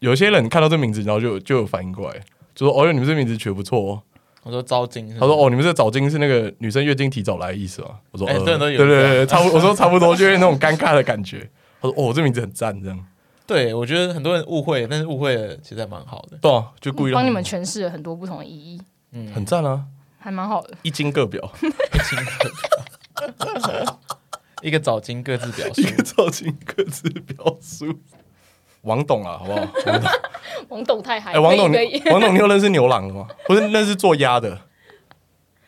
有些人看到这名字，然后就就有反应过来，就说：“哦哟，你们这名字取得不错哦。我说招金，”他说：“，哦，你们这早经是那个女生月经提早来的意思吗？”我说：“哎呃真的都对有对对，这对差样不多。”我 说：“差不多，就有点那种尴尬的感觉。”他说：“哦，这名字很赞，这样对我觉得很多人误会，但是误会了其实还蛮好的。对啊，就故意让帮你们诠释了很多不同的意义，嗯，很赞啊，还蛮好的。一经各表，亲和力。一个早金各自表述 一，个造型各自表述。王董啊，好 不好？王董王董太嗨，哎，王董可 以，可以，王董，你有认识牛郎的吗？不是，认识做鸭的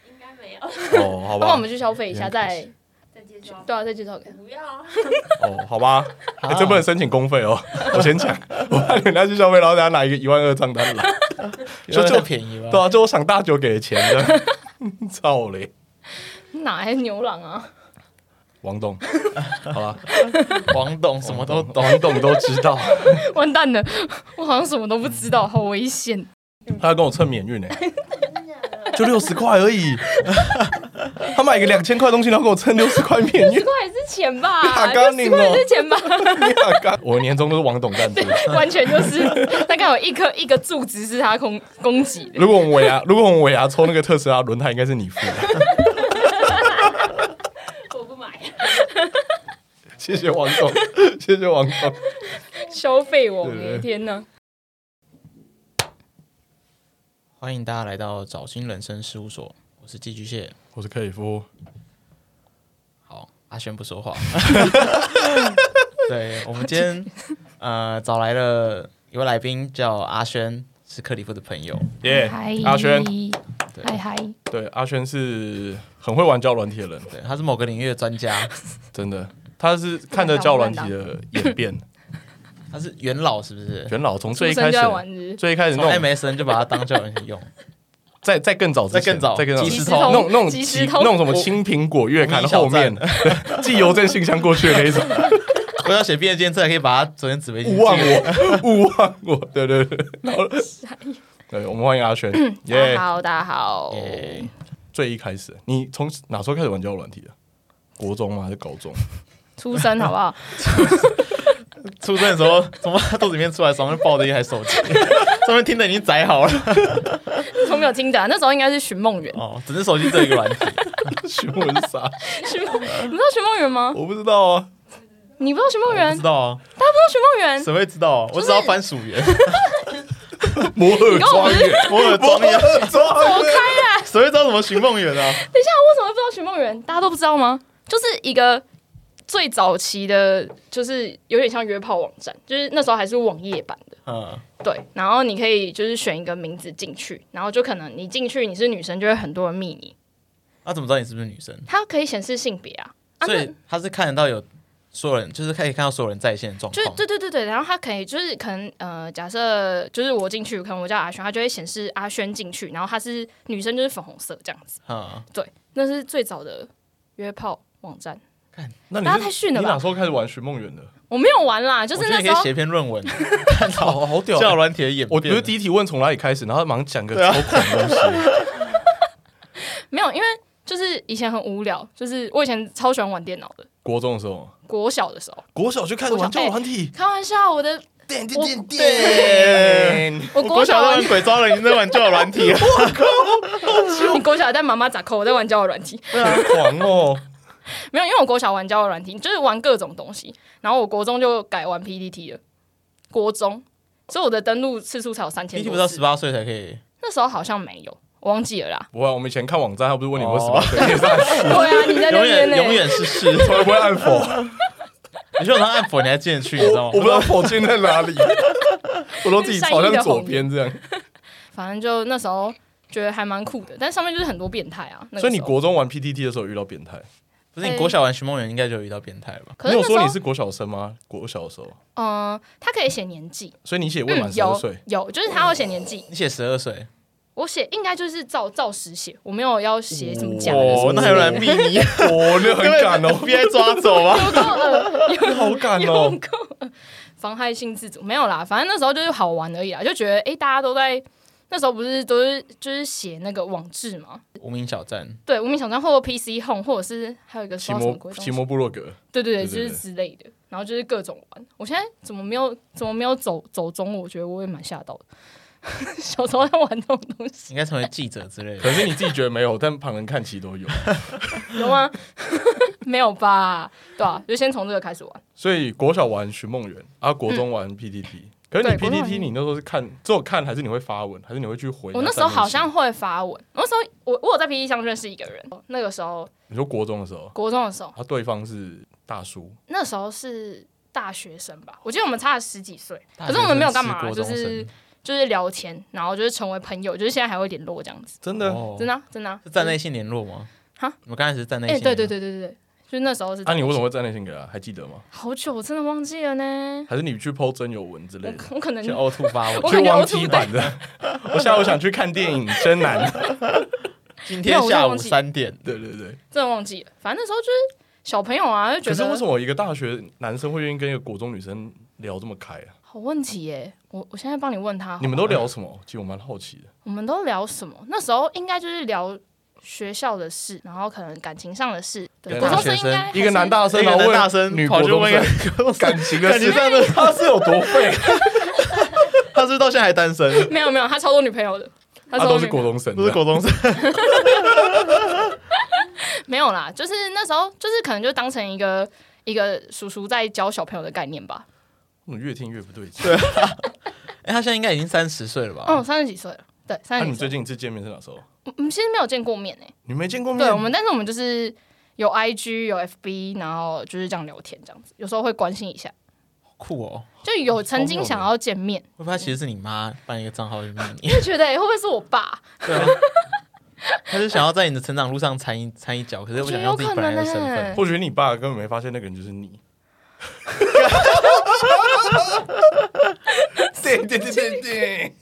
应该没有。哦，好帮我吧，们去消费一下，再再介绍，对啊，再介绍给他。不要啊， 哦，好吧， 啊欸这不能申请公费 哦，我先讲，我怕你们家去消费，然后等下拿一个一万二账 单来， 就就就便宜对了。啊，就我赏大酒给的钱的， 操嘞，哪来的牛郎 啊？王 董，好了，王董什么都懂， 王董都知道，完蛋了，我好像什么都不知道，好危险。他要跟我蹭免运呢，欸真的假的？就六十块而已， 他买个两千块东西，然后给我蹭六十块免运 十，块也是钱吧，打高你十哦块也是钱吧， 我年终都是王董赞助。完全就是大概有一颗一个柱子是他攻攻击的。如果我们尾牙，如果我们尾牙抽那个特斯拉轮胎，应该是你付的。我不买。啊谢谢王董，谢谢王董。消费我对对对每天呢，欢迎大家来到早新人生事务所，我是寄居蟹。我是克里夫，好，阿轩不说 话。对我们今天呃找来了一位来宾，叫阿轩，是克里夫的朋友。耶、嗨哎阿轩，对嗨嗨，对，阿轩是很会玩交友软体的人，对，他是某个领域的专家，真的，他是看着交友软体的演变，他是元老是不是？元老从最出一开生始就，在玩日，最一开始从那种， MSN 就把它当教人用，在在更早之前，在更早在更早即时那通种那种即时几那通种什么青苹果月刊我的后面， 寄邮政信箱过去的那一种， 我要写毕业纪念册，可以把它昨天纸杯勿忘我，勿忘我，对对对，然 后，对，我们欢迎阿轩，大耶、家嗯好，大家好。耶最一开始，你从哪时候开始玩交友软体的？国中吗？还是高 中？ 出生好不好？ 出生的时候，从他肚子里面出来，手上就抱着一台手机，上面听的已经载好了。从没有听的，那时候应该是寻梦园。哦，整只手机只有一个软体，询问啥？寻梦， 你知道寻梦园吗？我不知道啊。你不知道寻梦我不园？知道啊，大家不知道寻梦园？谁会知道啊？我只知道番薯园，摩尔跟我庄们园，我有摩装呀，尔庄园，走开啦！谁会知道什么寻梦园啊？等一下，我为什么会不知道寻梦园？大家都不知道吗？就是一个最早期的，就是有点像约炮网站，就是那时候还是网页版的。嗯，对，然后你可以就是选一个名字进去，然后就可能你进去你是女生，就会很多人密你。那怎么知道你是不是女生？它可以显示性别啊，啊所以他是看得到有所有人，就是可以看到所有人在线的状就是况。对对对对，然后它可以就是可能呃，假设就是我进去，可能我叫阿轩，它就会显示阿轩进去，然后她是女生就是粉红色这样子。嗯，对，那是最早的约炮网站。那你大是家太逊了吧你哪时候开始玩寻梦园的？我没有玩啦，就是我觉那得你可时以候写一篇论 文，好好屌教软体的演变。我觉得第一题问从哪里开始，然后马上讲个对啊超狂的东西。没有，因为就是以前很无聊，就是我以前超喜欢玩电脑的，国中的时候，国小的时候。国小就开始玩交友软体，开玩笑，我的点我点点点，我我国小都玩玩，鬼抓人，你在玩教软体啊？你国小在妈妈咋扣，我在玩交友软体。好狂哦！。没有，因为我国小玩交友软体，就是玩各种东西。然后我国中就改玩 PDT 了，国中，所以我的登录次数才有三你千不是到多十次。八岁才可以？那时候好像没有，我忘记了啦 不会啊，我们以前看网站，他不是问你有没有十哦八岁，你也是按对啊，你在那永边远呢、永远是是，从来不会按否， 你说我他按否，你还进得去，你知我道 我不知吗？道否进在哪里， 我都自己朝向左边这样。反正就那时候觉得还蛮酷的，但上面就是很多变态啊。那个所以你时候，国中玩 PTT 的时候遇到变态，不是你国小玩寻梦园，应该就有遇到变态吧？可你有是那时说你候，是国小生吗？国小的时候，嗯、他可以写年纪，所以你写未满嗯，十二有岁，有，就是他要写年纪，你写十二岁，我写应该就是照照实写，我没有要写什么假的。哦，那还有人逼 你，哦，那很敢 哦，被抓走啊 吗？有够恶，那好敢有哦。够恶，妨害性自主没有啦，反正那时候就是好玩而已啦，就觉得诶，大家都在那时候不是都是就是写那个网志嘛，无名小站，对，无名小站或者 PC Home，或者是还有一个奇说什么摩鬼东奇西，摩部落格，对对对，对就对对是之类的。然后就是各种玩。我现在怎么没有怎么没有走走中？我觉得我也蛮吓到的。小时候在玩这种东西，应该成为记者之类的。可是你自己觉得没有，但旁人看其实 都有。有吗？没有吧？对啊，就先从这个开始玩。所以国小玩寻梦园，啊，国中玩 PTT、可是你嗯对国中玩 PTT 你那时候是看，只有看还是你会发文，还是你会去回？哦我那时候好像会发文，我那时候我我有在 PPT 上认识一个人，那个时候你说国中的时候，国中的时候，他对方是大叔，那时候是大学生吧，我记得我们差了十几岁，可是我们没有干嘛，就是就是聊天，然后就是成为朋友，就是现在还会联络这样子，真的。的真的啊、真的啊、哦是站内性联络吗？哈，我们刚开始是站内哎、性。对对，对对对对，就是那时候是。啊，你为什么会站内信给他？还记得吗？好久，我真的忘记了呢。还是你去 PO 真有文之类我的？我可能去呕吐发我 文。去感觉汪我梯版的。 我下午想去看电影，真 难。今天下午三点，对对对。真的忘记了，反正那时候就是小朋友啊，就觉可是得为什么一个大学男生会愿意跟一个国中女生聊这么开啊？好问题耶、我我现在帮你问他好你们都聊什么？其实我蛮好奇的。我们都聊什么？那时候应该就是聊学校的事，然后可能感情上的事。对，对国中大生学应生该 一个男大生，一个然后男问大生女跑国去中问一生个， 感情的感觉事，上的他是有多废？他是不是到现在还单身，没有没有，他超多女朋友的，他他超多啊都女是国中生，不是国中生。没有啦，就是那时候就是可能就当成一个一个叔叔在教小朋友的概念吧。我嗯越听越不对劲。对哎，他现在应该已经三十岁了吧嗯，？三十几岁了，对，那三十你几们最岁。近一次见面是哪时候？我我们其实没有见过面诶、欸你没见过面？对我们，但是我们就是有 IG 有 FB，然后就是这样聊天这样子，有时候会关心一下，酷哦！就有曾经想要见面， 会不会他其实是你妈办一个账号去骂你？就觉得、欸、会不会是我爸？ 对啊，他就想要在你的成长路上掺一掺一脚，可是我不觉想得要有自己可本来能欸的呢、身份。或许你爸根本没发现那个人就是你。对对对对对。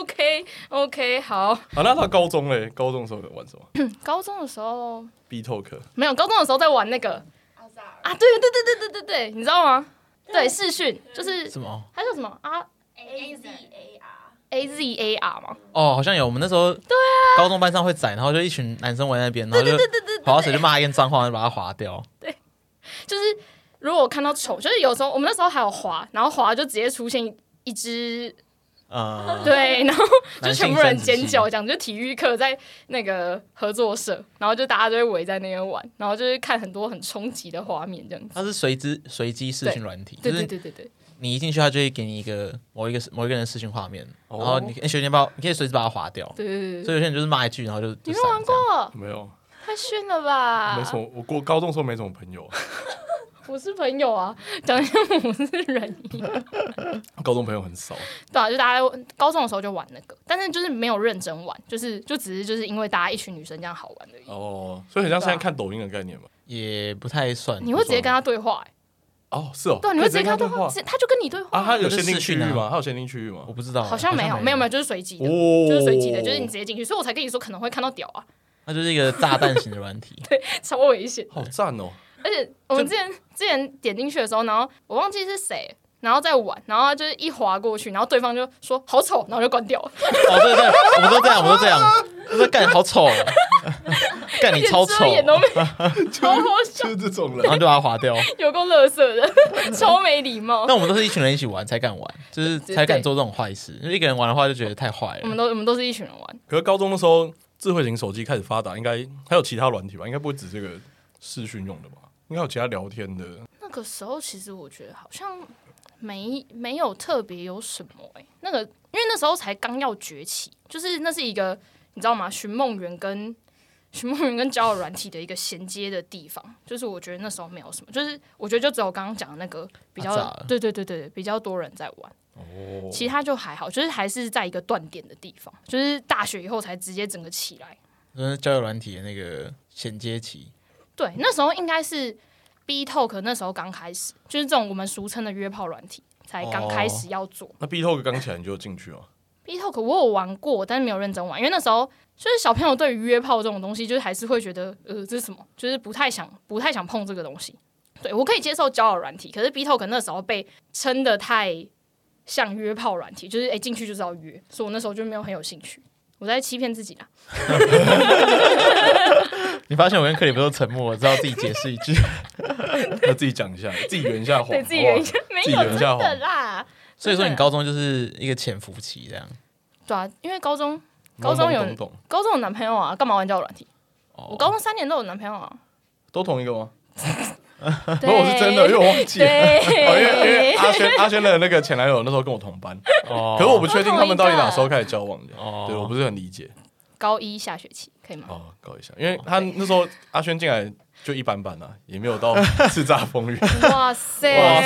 OK OK，好。啊，那他高中嘞？高中的时候有玩什么高中的时候？B Talk。没有，高中的时候在玩那个阿萨尔啊，对对对对对对对，你知道吗？对，视讯就是什么？它叫什么啊 A Z A R， A Z E A R 嘛，哦，好像有。我们那时候对啊，高中班上会载，然后就一群男生围在那边，然后就跑到谁就骂一个脏话，然后把它划掉。就是如果我看到丑，就是有时候我们那时候还有滑，然后滑就直接出现一只嗯，对，然后就男性全部人生殖尖器叫，这样就体育课在那个合作社，然后就大家就会围在那边玩，然后就是看很多很冲击的画面这样子。它是随之随机视讯软体，对就对是对对对，你一进去，它就会给你一个某一个某一个人的视讯画面，哦然后你可以随便把你可以随时把它划掉。对对所对对，以有些人就是骂一句，然后就你就没闪玩这样过？没有，太逊了吧！没什么。我过高中的时候没什么朋友啊，我是朋友啊， 讲像我是人一样。高中朋友很少。对啊，就大家高中的时候就玩那个，但是就是没有认真玩，就是就只是就是因为大家一群女生这样好玩而已。哦，所以很像现在看抖音的概念嘛。也不太算。你会直接跟他对话、欸，哦，是哦。对啊，你会直接可以跟他对话话，直接他就跟你对话，啊？他有限定区域吗？他有限定区域吗我？不知道欸，好像没有，没有没有，就是随机的，哦就是随机的，就是你直接进去，所以我才跟你说可能会看到屌啊， 它就是一个炸弹型的软体。超危险。好赞哦！而且我们之前之前点进去的时候，然后我忘记是谁，然后在玩，然后他就是一滑过去，然后对方就说好丑，然后就关掉了。哦，对对，我们都这样，我们都这样，我说干你好丑 哦，干 你超丑，一点遮掩然都没有，好好笑， 就是这种后人，就把它划掉。有够乐色的， 超没礼貌。但我们都是一群人一起玩才敢玩，就是对嗯才敢做这种坏事。因为一个人玩的话就觉得太坏我了们。都我们都是一群人玩，可是高中的时候，智慧型手机开始发达，应该还有其他软体吧？应该不会只这个视讯用的吧？应该有其他聊天的。那个时候其实我觉得好像没没有特别有什么哎、那个因为那时候才刚要崛起，就是那是一个你知道吗？寻梦园跟寻梦园跟交友软体的一个衔接的地方，就是我觉得那时候没有什么，就是我觉得就只有刚刚讲的那个比较阿杂，对对对对，对比较多人在玩，哦其他就还好，就是还是在一个断点的地方，就是大学以后才直接整个起来。就是交友软体的那个衔接期，对，那时候应该是 B Talk 那时候刚开始，就是这种我们俗称的约炮软体才哦刚开始要做。那 B Talk 刚起来你就进去哦。 B Talk 我有玩过，但是没有认真玩，因为那时候就是小朋友对于约炮这种东西，就是还是会觉得呃这是什么，就是不太想不太想碰这个东西。对我可以接受交友软体，可是 B Talk 那时候被撑的太像约炮软体，就是诶进、去就是要约，所以我那时候就没有很有兴趣。我在欺骗自己啦，啊你发现我跟克里夫都沉默，我知道自己解释一句。 那自己讲一下，自己圆一下谎，对自己圆一好不好，下没自己有圆真一下的谎。啦。所以说你高中就是一个潜伏期这样。对啊，因为高中高中有懂懂懂高中有男朋友啊，干嘛玩交友软体？哦我高中三年都有男朋 友啊。都同一个吗？不不是，我哦是真的，因为我忘记了。 哦，因为因为对，阿轩阿轩的那个前男友那时候跟我同班，哦可是我不确定他们到底哪时候开始交往的。哦对，我不是很理解。高一下学期可以吗？哦，搞一下，因为他那时候阿轩进来就一般般啊，也没有到叱咤风云。哇塞，哇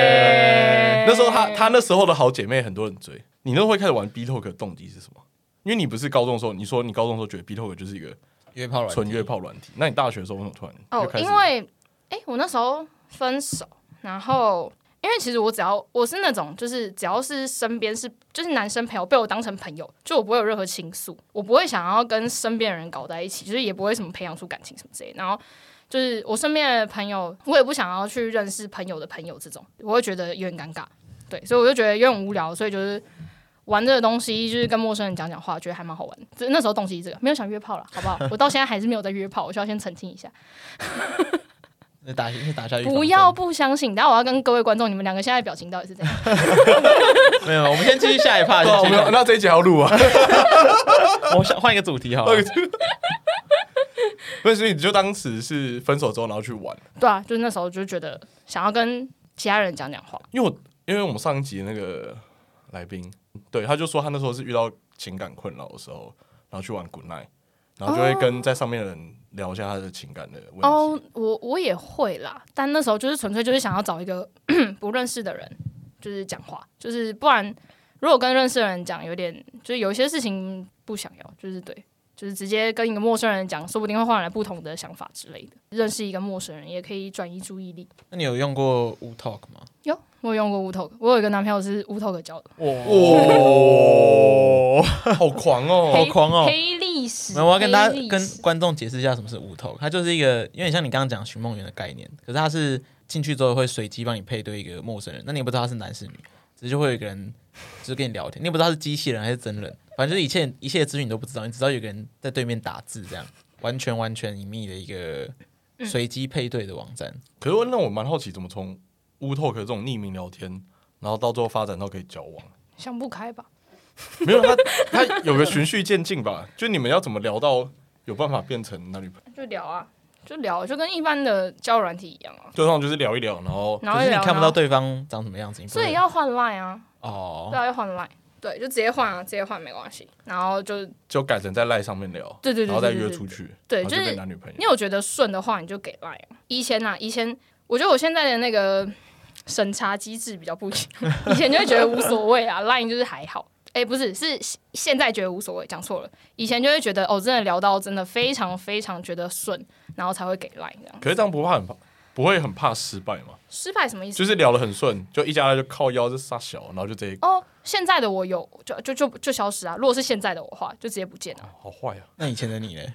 塞那时候他他那时候的好姐妹很多人追。你那时候会开始玩 B Talk 的动机是什么？因为你不是高中的时候，你说你高中的时候觉得 B Talk 就是一个约炮软纯约炮软体，那你大学的时候为什么突然哦就开，始？因为哎、我那时候分手，然后因为其实我只要我是那种，就是只要是身边是就是男生朋友被我当成朋友，就我不会有任何情愫，我不会想要跟身边的人搞在一起，就是也不会什么培养出感情什么之类的。然后就是我身边的朋友，我也不想要去认识朋友的朋友这种，我会觉得有点尴尬。对，所以我就觉得有点无聊，所以就是。玩这个东西就是跟陌生人讲讲话，觉得还蛮好玩。这那时候动机是这个，没有想约炮了，好不好？我到现在还是没有在约炮，我需要先澄清一下。那打那打下预防针不要不相信，但我要跟各位观众，你们两个现在表情到底是怎样？ 没有，我们先继续下一 趴。对啊，先我继续们有那这一集还要录 啊？ 我想换一个主题好了。不是，你就当时是分手之后，然后去玩。对啊，就是那时候就觉得想要跟其他人讲讲话，因为我因为我们上一集那个来宾，对他就说他那时候是遇到情感困扰的时候，然后去玩 Good Night，然后就会跟在上面的人聊一下他的情感的问题。哦，我我也会啦，但那时候就是纯粹就是想要找一个 不认识的人，就是讲话，就是不然如果跟认识的人讲，有点就是有一些事情不想要，就是对，就是直接跟一个陌生人讲，说不定会换来不同的想法之类的。认识一个陌生人也可以转移注意力。那你有用过 Wu Talk 吗？有，我有用过 w Talk，我有一个男朋友是 w Talk 教的，哇、 好狂好哦！狂哦！黑历史。没有，我要跟大家黑历跟史观众解释一下什么是无头，它就是一个有点像你刚刚讲寻梦园的概念，可是它是进去之后会随机帮你配对一个陌生人，那你也不知道他是男是女，只是就会有一个人就是跟你聊天，你也不知道他是机器人还是真人，反正就是一切一切资讯你都不知道，你只知道有个人在对面打字这样，完全完全隐秘的一个随机配对的网嗯站。可是我那我蛮好奇，怎么从乌透 t 这种匿名聊天，然后到最后发展到可以交往？想不开吧？没有他，他有个循序渐进吧？ 就你们要怎么聊到有办法变成男女朋友？就聊啊，就聊，就跟一般的交友软体一样啊。就通常就是聊一聊，然后然可后是你聊看不到然后对方长什么样子，你不所会以要换 line 啊，对哦，啊，要换 line，对，就直接换啊，直接换没关系。然后就就改成在赖上面聊，对对对对然后再对约对出去，对然后就就是变男女朋友你。有觉得顺的话，你就给 line 啊。以前啊，以前我觉得我现在的那个审查机制比较不一 样，以前就会觉得无所谓啊，line 就是还好。哎、不是，是现现在觉得无所谓，讲错了。以前就会觉得哦，真的聊到真的非常非常觉得顺，然后才会给 line 这样。可是这样不怕很怕，不会很怕失败嘛？失败什么意思？就是聊得很顺，就一加来就靠腰就撒小，然后就这一哦，现在的我有就就就就消失啊。如果是现在的我的话，就直接不见了。好坏啊！那以前的你嘞？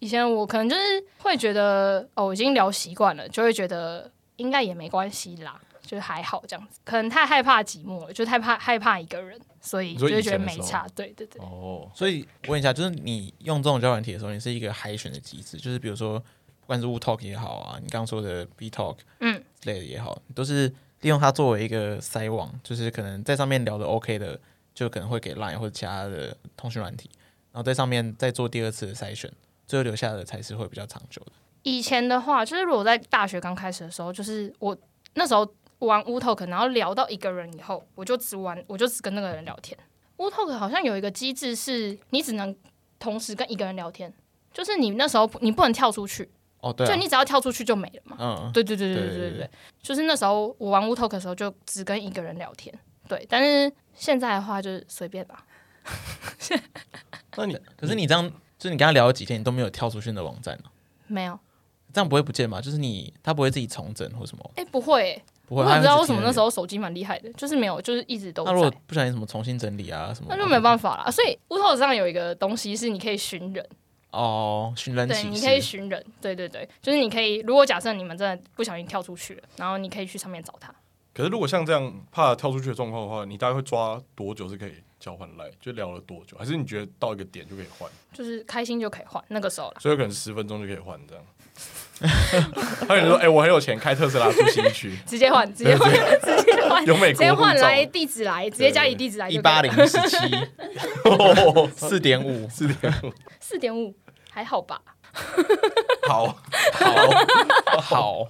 以前我可能就是会觉得哦，我已经聊习惯了，就会觉得应该也没关系啦，就是还好这样子。可能太害怕寂寞了，就太怕害怕一个人，所以你就说会以觉前得的没时候差。对对对，哦，所以我问一下，就是你用这种交友软体的时候，你是一个海选的机制，就是比如说不管是 Wu Talk 也好啊，你刚刚说的 B Talk，嗯之类的也好，都是利用它作为一个筛网，就是可能在上面聊的 OK 的，就可能会给 Line 或者其他的通讯软体，然后在上面再做第二次的筛选，最后留下的才是会比较长久的。以前的话，就是如果在大学刚开始的时候，就是我那时候玩乌 talk，然后聊到一个人以后，我就只玩，我就只跟那个人聊天。乌 talk 好像有一个机制是，你只能同时跟一个人聊天，就是你那时候不你不能跳出去，哦，对、就啊，你只要跳出去就没了嘛。嗯，对对对对对对对对对对，就是那时候我玩乌 talk 的时候，就只跟一个人聊天。对，但是现在的话就是随便吧。那你可是你这样，就是你跟他聊了几天，你都没有跳出去的网站、啊、没有，这样不会不见吗？就是你他不会自己重整或什么，哎、不会、欸，不我会。也不知道为什么他会一直停那时候手机蛮厉害的，就是没有，就是一直都留。在。那如果不小心什么重新整理啊什么，那就没办法啦。所以乌头上有一个东西是你可以寻人，哦，寻人对，启你事。可以寻人，对对对，就是你可以，如果假设你们真的不小心跳出去了，然后你可以去上面找他。可是如果像这样怕跳出去的状况的话，你大概会抓多久是可以交换赖？就聊了多久？还是你觉得到一个点就可以换？就是开心就可以换那个时候啦。所以有可能十分钟就可以换这样。 还有人说，哎、我很有钱，开特斯拉住西区，直接换，直接 换，直接换，有美直国接换护照来地址来，直接家里地址来一就八可以零了。十七哦 四点五，四点五，四点五还好吧？好，好好，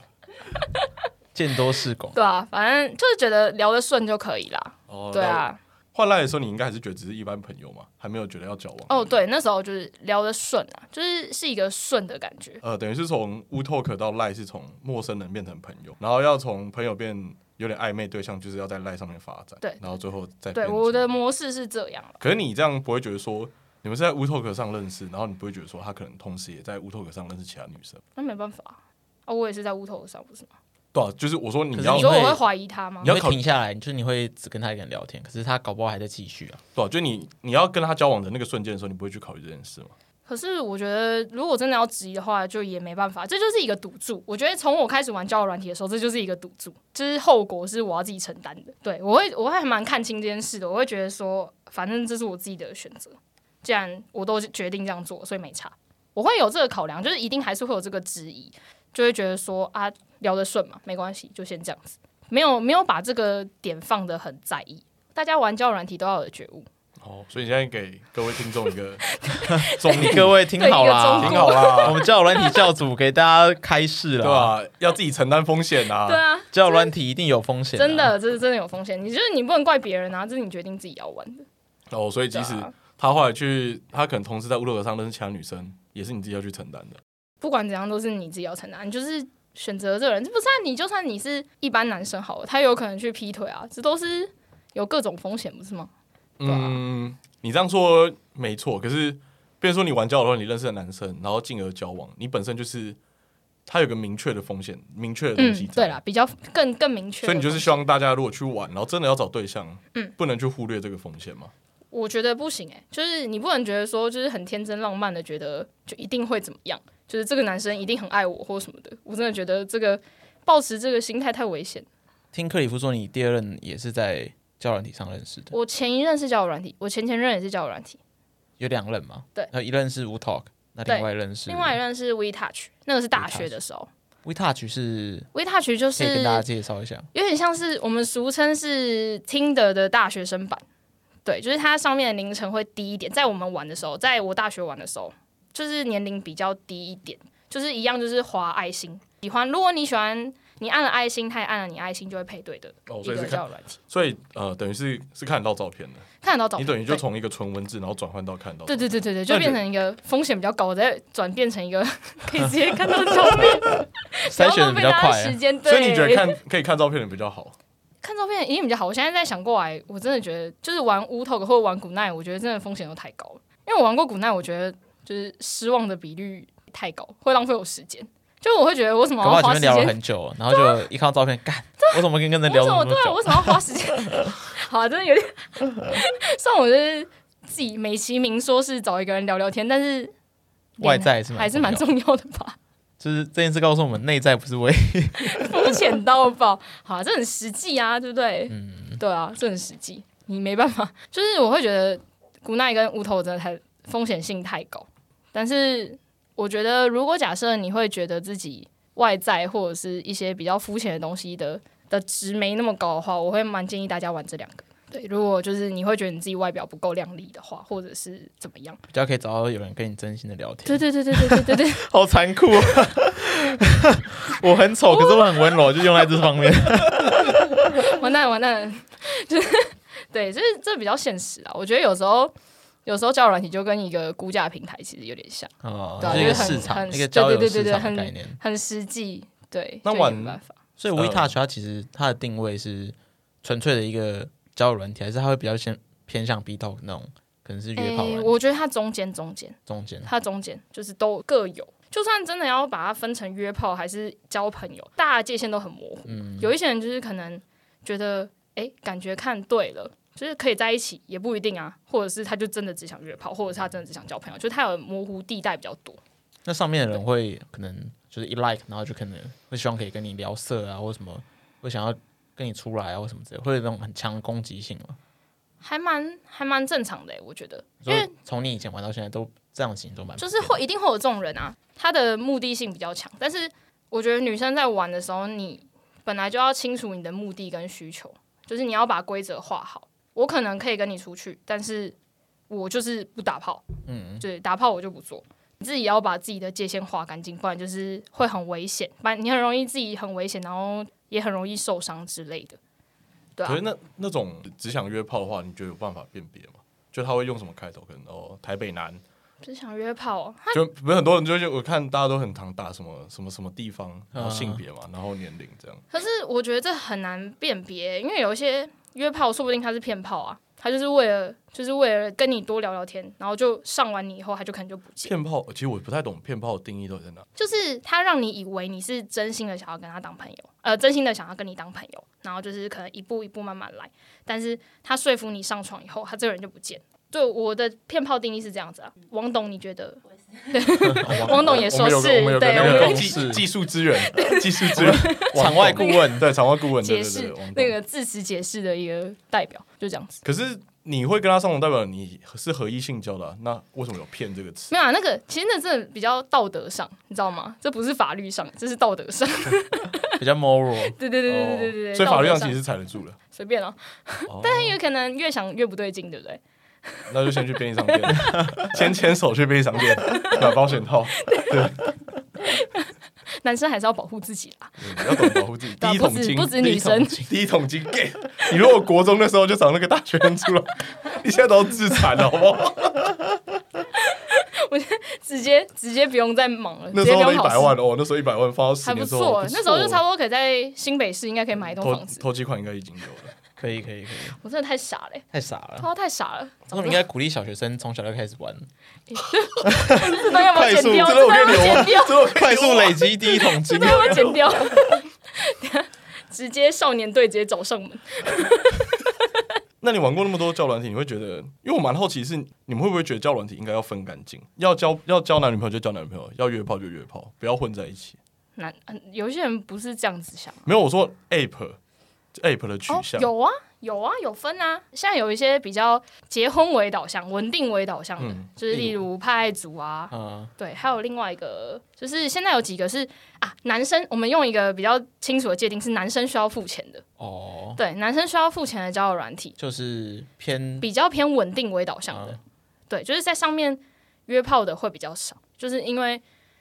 见多识广。 对啊，反正就是觉得聊得顺就可以啦。哦对，啊，那换赖的时候，你应该还是觉得只是一般朋友嘛，还没有觉得要交往。哦对，那时候就是聊得顺啊，就是是一个顺的感觉。呃，等于是从乌 talk 到赖是从陌生人变成朋友，然后要从朋友变有点暧昧对象，就是要在赖上面发展，对然后最后再对，变我的成。模式是这样啦可是你这样不会觉得说，你们是在乌 talk 上认识，然后你不会觉得说他可能同时也在乌 talk 上认识其他女生，那没办法啊，啊我也是在乌头上，不是吗？对、啊，就是我说你可是要你你说会我会怀疑他吗你？要会考停下来，就是你会只跟他一个人聊天，可是他搞不好还在继续啊。对、啊，就你你要跟他交往的那个瞬间的时候，你不会去考虑这件事吗？可是我觉得，如果真的要质疑的话，就也没办法，这就是一个赌注。我觉得从我开始玩交友软体的时候，这就是一个赌注，就是后果是我要自己承担的。对我会，我会还蛮看清这件事的。我会觉得说，反正这是我自己的选择，既然我都决定这样做，所以没差。我会有这个考量，就是一定还是会有这个质疑，就会觉得说啊，聊得顺嘛，没关系，就先这样子，没有没有把这个点放得很在意。大家玩交友软体都要有觉悟，哦，所以你现在给各位听众一个忠告各位听好啊对一个挺好啦，忠告我啦，们教友软体教主给大家开示对了，吧、要自己承担风险啊。对啊，教友软体一定有风险，啊真。的，这是真的有风险。你就是你不能怪别人啊，这是你决定自己要玩的。哦，所以即使对啊他后来去，他可能同时在乌托克上认识其他女生，也是你自己要去承担的。不管怎样，都是你自己要承担。你就是选择这个人，这不是啊？你就算你是一般男生好了，他有可能去劈腿啊，这都是有各种风险，不是吗？对啊嗯，你这样说没错，可是，比如说你玩交友的话，你认识的男生，然后进而交往，你本身就是他有个明确的风险，明确的东西、嗯，对啦，，比较更更明确。所以你就是希，望大家如果去玩，然后真的要找对象，嗯，不能去忽略这个风险嘛。我觉得不行哎、就是你不能觉得说，就是很天真浪漫的觉得就一定会怎么样，就是这个男生一定很爱我或什么的。我真的觉得这个抱持这个心态太危险。听克里夫说，你第二任也是在教友软体上认识的，我前一任是交友软体，我前前任也是交友软体。有两任嘛？对那一任是 Wu Talk，那对另外一任是另外一任是 We Touch，那个是大学的时候。 We Touch 是 We Touch 就可是以跟大家介绍一下，有点像是我们俗称是 Tinder 的大学生版，对，就是它上面的凌晨会低一点，在我们玩的时候，在我大学玩的时候，就是年龄比较低一点，就是一样就是划爱心，喜欢，如果你喜欢，你按了爱心，他也按了你爱心，就会配对的哦，一所以个是交看，友软体，所以呃，等于是是看得到照片的，看得到照片，你等于就对从一个纯文字，然后转换到看得到照对片。对对对对，那就你变成一个风险比较高的，再转变成一个 可以直接看到照片，筛选得然后比被较大家快时啊。间，对所以你觉得看可以看照片的比较好？看照片一定比较好。我现在在想过来，我真的觉得就是玩乌头或者玩古奈，我觉得真的风险都太高了。因为我玩过古奈，我觉得就是失望的比率太高，会浪费我时间。就我会觉得我为什么搞不要好前花时面聊了间？啊很久，然后就一看到照片，干，我怎么跟跟人为聊什那么 么对啊？久？为什么要花时间？ 好、啊，真的有点。 虽然我就是自己美其名说是找一个人聊聊天，但是外在是还是蛮重要的，重要的吧，就是这件事告诉我们，内在不是唯一。 风险到爆。好、啊，这很实际啊，对不对？对啊，这很实际，你没办法。 就是我会觉得古奈跟乌头真的太风险性太高，但是我觉得如果假设你会觉得自己外在或者是一些比较肤浅的东西的的值没那么高的话，我会蛮建议大家玩这两个。对，如果就是你会觉得你自己外表不够靓丽的话，或者是怎么样？比较可以找到有人跟你真心的聊天。对 对对对对对对对，好残酷、啊！ 我很丑，可是我很温柔，就用在这方 面。完蛋了完蛋了，就是对，就是这比较现实啊。我觉得有时候有时候交友软体就跟一个估价平台其实有点像。哦，对啊就是一个就是很市场，很一个交友对对市对对场很的概念。很实际，对，那就玩没办法。所以 We Touch 它其实它的定位是纯粹的一个交友软体，还是它会比较先偏向 B Talk 那种，可能是约炮诶软体我觉得它中间中间，中间。它中间就是都各有。就算真的要把它分成约炮还是交朋友，大家界限都很模糊。嗯有一些人就是可能觉得，诶，感觉看对了，就是可以在一起，也不一定啊。或者是他就真的只想约炮，或者是他真的只想交朋友，就是他有模糊地带比较多。那上面的人会可能就是一 like，然后就可能会希望可以跟你聊色啊，或什么，会想要跟你出来啊，或什么之类，会有那种很强的攻击性嘛。还蛮还蛮正常的欸，我觉得，所因为以从你以前玩到现在都这样的行动蛮普遍就是的，会一定会有这种人啊，他的目的性比较强。但是我觉得女生在玩的时候，你本来就要清楚你的目的跟需求，就是你要把规则画好。我可能可以跟你出去，但是我就是不打炮，嗯，对，打炮我就不做。你自己也要把自己的界限划干净，不然就是会很危险，不然你很容易自己很危险，然后也很容易受伤之类的。对啊可是，那那种只想约炮的话，你觉得有办法辨别吗？就他会用什么开头？可能哦，台北男，只想约炮、哦， 就不是很多人就就我看大家都很常打什么什么什么地方，然后性别嘛，然后年龄这样。可是我觉得这很难辨别，因为有一些约炮，说不定他是骗炮啊，他就是为了就是为了跟你多聊聊天，然后就上完你以后，他就可能就不见，骗炮，其实我不太懂骗炮的定义到底在哪。就是他让你以为你是真心的想要跟他当朋友，呃，真心的想要跟你当朋友，然后就是可能一步一步慢慢来，但是他说服你上床以后，他这个人就不见。对我的骗炮定义是这样子啊，王董你觉得？ 王董也我说们有个是，我们有个对，那我个们共技识技术支援，技术 支援，场外顾问。对场外顾问对对对解释王那董。个字词解释的一个代表，就这样子。可是你会跟他上床，代表你是合意性交的啊、那为什么有骗这个词？没有啊，那个其实那真的比较道德上，你知道吗？这不是法律上，这是道德上。比较 moral， 对对对对对对对，哦所以法律上道德其实是踩得住的。随便啊，哦但也可能越想越不对劲，对不对？那就先去便利商店， 先牵手去便利商店 买保险套，男生还是要保护自己啦，嗯要懂得保护自己。第 对一啊不桶止金，不止女生，第一桶金 gay。你如果国中的时候就找那个大学生出来， 你现在都自残了，好不好？直接直接不用再忙了，那直时接候不的用一考百试，万哦，那时候一百万放到十还不年之后，错。那时候就差不不多可以在新北市应该可以买一栋多房子。投投机款应该已经有了。可以可以可以，我真的太傻嘞，太傻他了。妈太傻了，我们应该鼓励小学生从小就开始玩，这段要不要剪掉？快这速段要不要剪掉？快速累积第一桶金 这。段要不要剪掉？等一下 直接少年队直接找上门。那你玩过那么多交友软体，你会觉得，因为我蛮好奇是你们会不会觉得交友软体应该要分干净，要交要交男女朋友就交男女朋友，要约炮就约炮，不要混在一起。男，嗯有一些人不是这样子想。没有，我说 app app 的取向，有啊，有啊，有分啊。现在有一些比较结婚为导向、稳定为导向的，嗯就是例如派爱组啊， 啊，对，还有另外一个就是现在有几个是啊，男生我们用一个比较清楚的界定是男生需要付钱的，哦，对，男生需要付钱的交友软体，就是偏比较偏稳定为导向的，啊对，就是在上面约炮的会比较少，就是因为。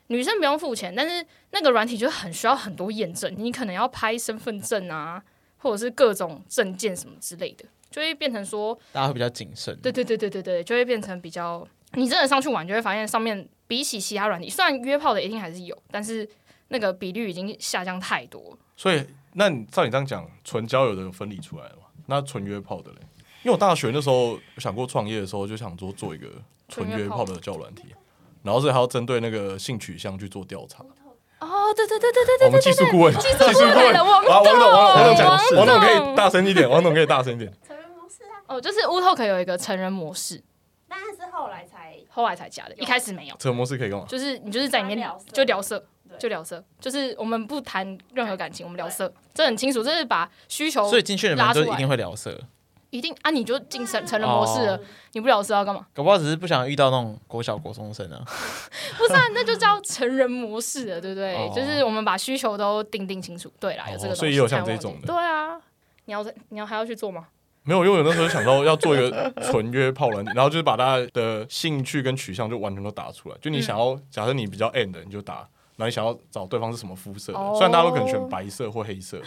女生不用付钱，但是那个软体就很需要很多验证，你可能要拍身份证啊，或者是各种证件什么之类的，就会变成说大家会比较谨慎。对对对对对对，就会变成比较，你真的上去玩，就会发现上面比起其他软体，虽然约炮的一定还是有，但是那个比率已经下降太多了。所以那你照你这样讲，纯交友的有分离出来了嘛？那纯约炮的嘞？因为我大学那时候想过创业的时候，就想说做一个纯约炮的交友软体，然后所以还要针对那个性取向去做调查。哦，对对对对对我们技术顾问，技术顾对了，王啊，王董，王董讲，王王董董可以大声一点，王董可以大声一点。成人模式啊，哦，就是乌托克有一个成人模式，当然是后来才后来才加的，有一开始没有，这个模式可以干嘛？就是你就是在里面聊色就聊色。对就聊色，就是我们不谈任何感情，我们聊色，这很清楚，这是把需求所以进去的人就拉出一来定会聊色，一定啊，你就进成成人模式了哦，你不聊色要干嘛？搞不好只是不想遇到那种国小国中生啊。不是啊，那就叫成人模式了，对不对？哦就是我们把需求都定定清楚。对啦，有这个东西、哦所以也有像这种的对啊，你要你要还要去做吗？没有，因为我那时候想到要做一个 纯约炮软体，然后就是把大家的兴趣跟取向就完全都打出来。就你想要，嗯假设你比较 N 的，你就打；然后你想要找对方是什么肤色的，哦虽然大家都可能选白色或黑色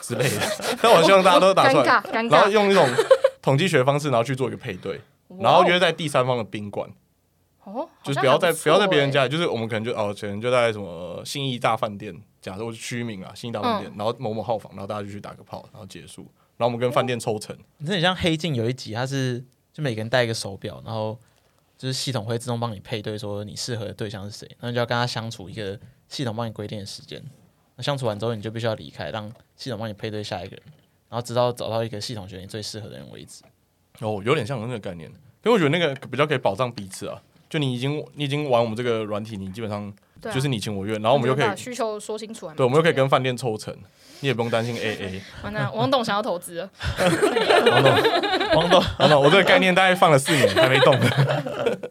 之类 的，但我希望大家都打出尴来，尬尴然后尬。用一种统计学方式，然后去做一个配对，然哇后哦约在第三方的宾馆，哦，就是好像不要在还错不要在别人欸。家里，就是我们可能就哦，可能就在什么信义大饭店，假设我是区名啊，信义大饭嗯店，然后某某号房，然后大家就去打个炮，然后结束，然后我们哦跟饭店抽成。你真的很像黑镜有一集，它是就每个人带一个手表，然后就是系统会自动帮你配对，说你适合的对象是谁，然后你就要跟他相处一个系统帮你规定的时间。那相处完之后，你就必须要离开，让系统帮你配对下一个人，然后直到找到一个系统觉得你最适合的人为止。哦，有点像那个概念，因为我觉得那个比较可以保障彼此啊。就你已经你已经玩我们这个软体，你基本上对啊就是你情我愿，然后我们就可把以，需求说清楚啊。对，我们就可以跟饭店抽成，你也不用担心 AA。完蛋，王董想要投资了，王 总，王董，王总，我这个概念大概放了四年还没动，